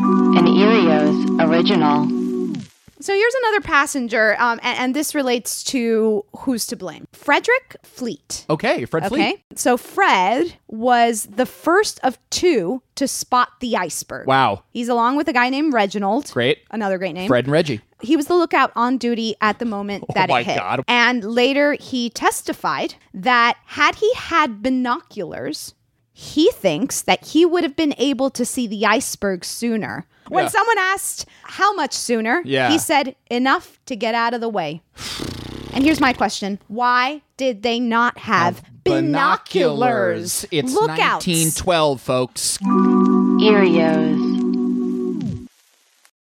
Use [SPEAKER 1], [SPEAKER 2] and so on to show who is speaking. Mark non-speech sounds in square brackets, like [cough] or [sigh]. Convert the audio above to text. [SPEAKER 1] An Erios original.
[SPEAKER 2] So here's another passenger, um, and, and this relates to who's to blame Frederick Fleet.
[SPEAKER 3] Okay, Fred
[SPEAKER 2] Okay.
[SPEAKER 3] Oh, Fleet.
[SPEAKER 2] So Fred was the first of two to spot the iceberg.
[SPEAKER 3] Wow.
[SPEAKER 2] He's along with a guy named Reginald.
[SPEAKER 3] Great.
[SPEAKER 2] Another great name.
[SPEAKER 3] Fred and Reggie.
[SPEAKER 2] He was the lookout on duty at the moment
[SPEAKER 3] [laughs]
[SPEAKER 2] that
[SPEAKER 3] Oh my
[SPEAKER 2] it hit.
[SPEAKER 3] God.
[SPEAKER 2] And later he testified that had he had binoculars, he thinks that he would have been able to see the iceberg sooner. When
[SPEAKER 3] Yeah.
[SPEAKER 2] someone asked how much sooner,
[SPEAKER 3] Yeah.
[SPEAKER 2] he said enough to get out of the way. And here's my question. Why did they not have binoculars?
[SPEAKER 3] It's
[SPEAKER 2] Lookouts.
[SPEAKER 3] 1912, folks.
[SPEAKER 1] Erios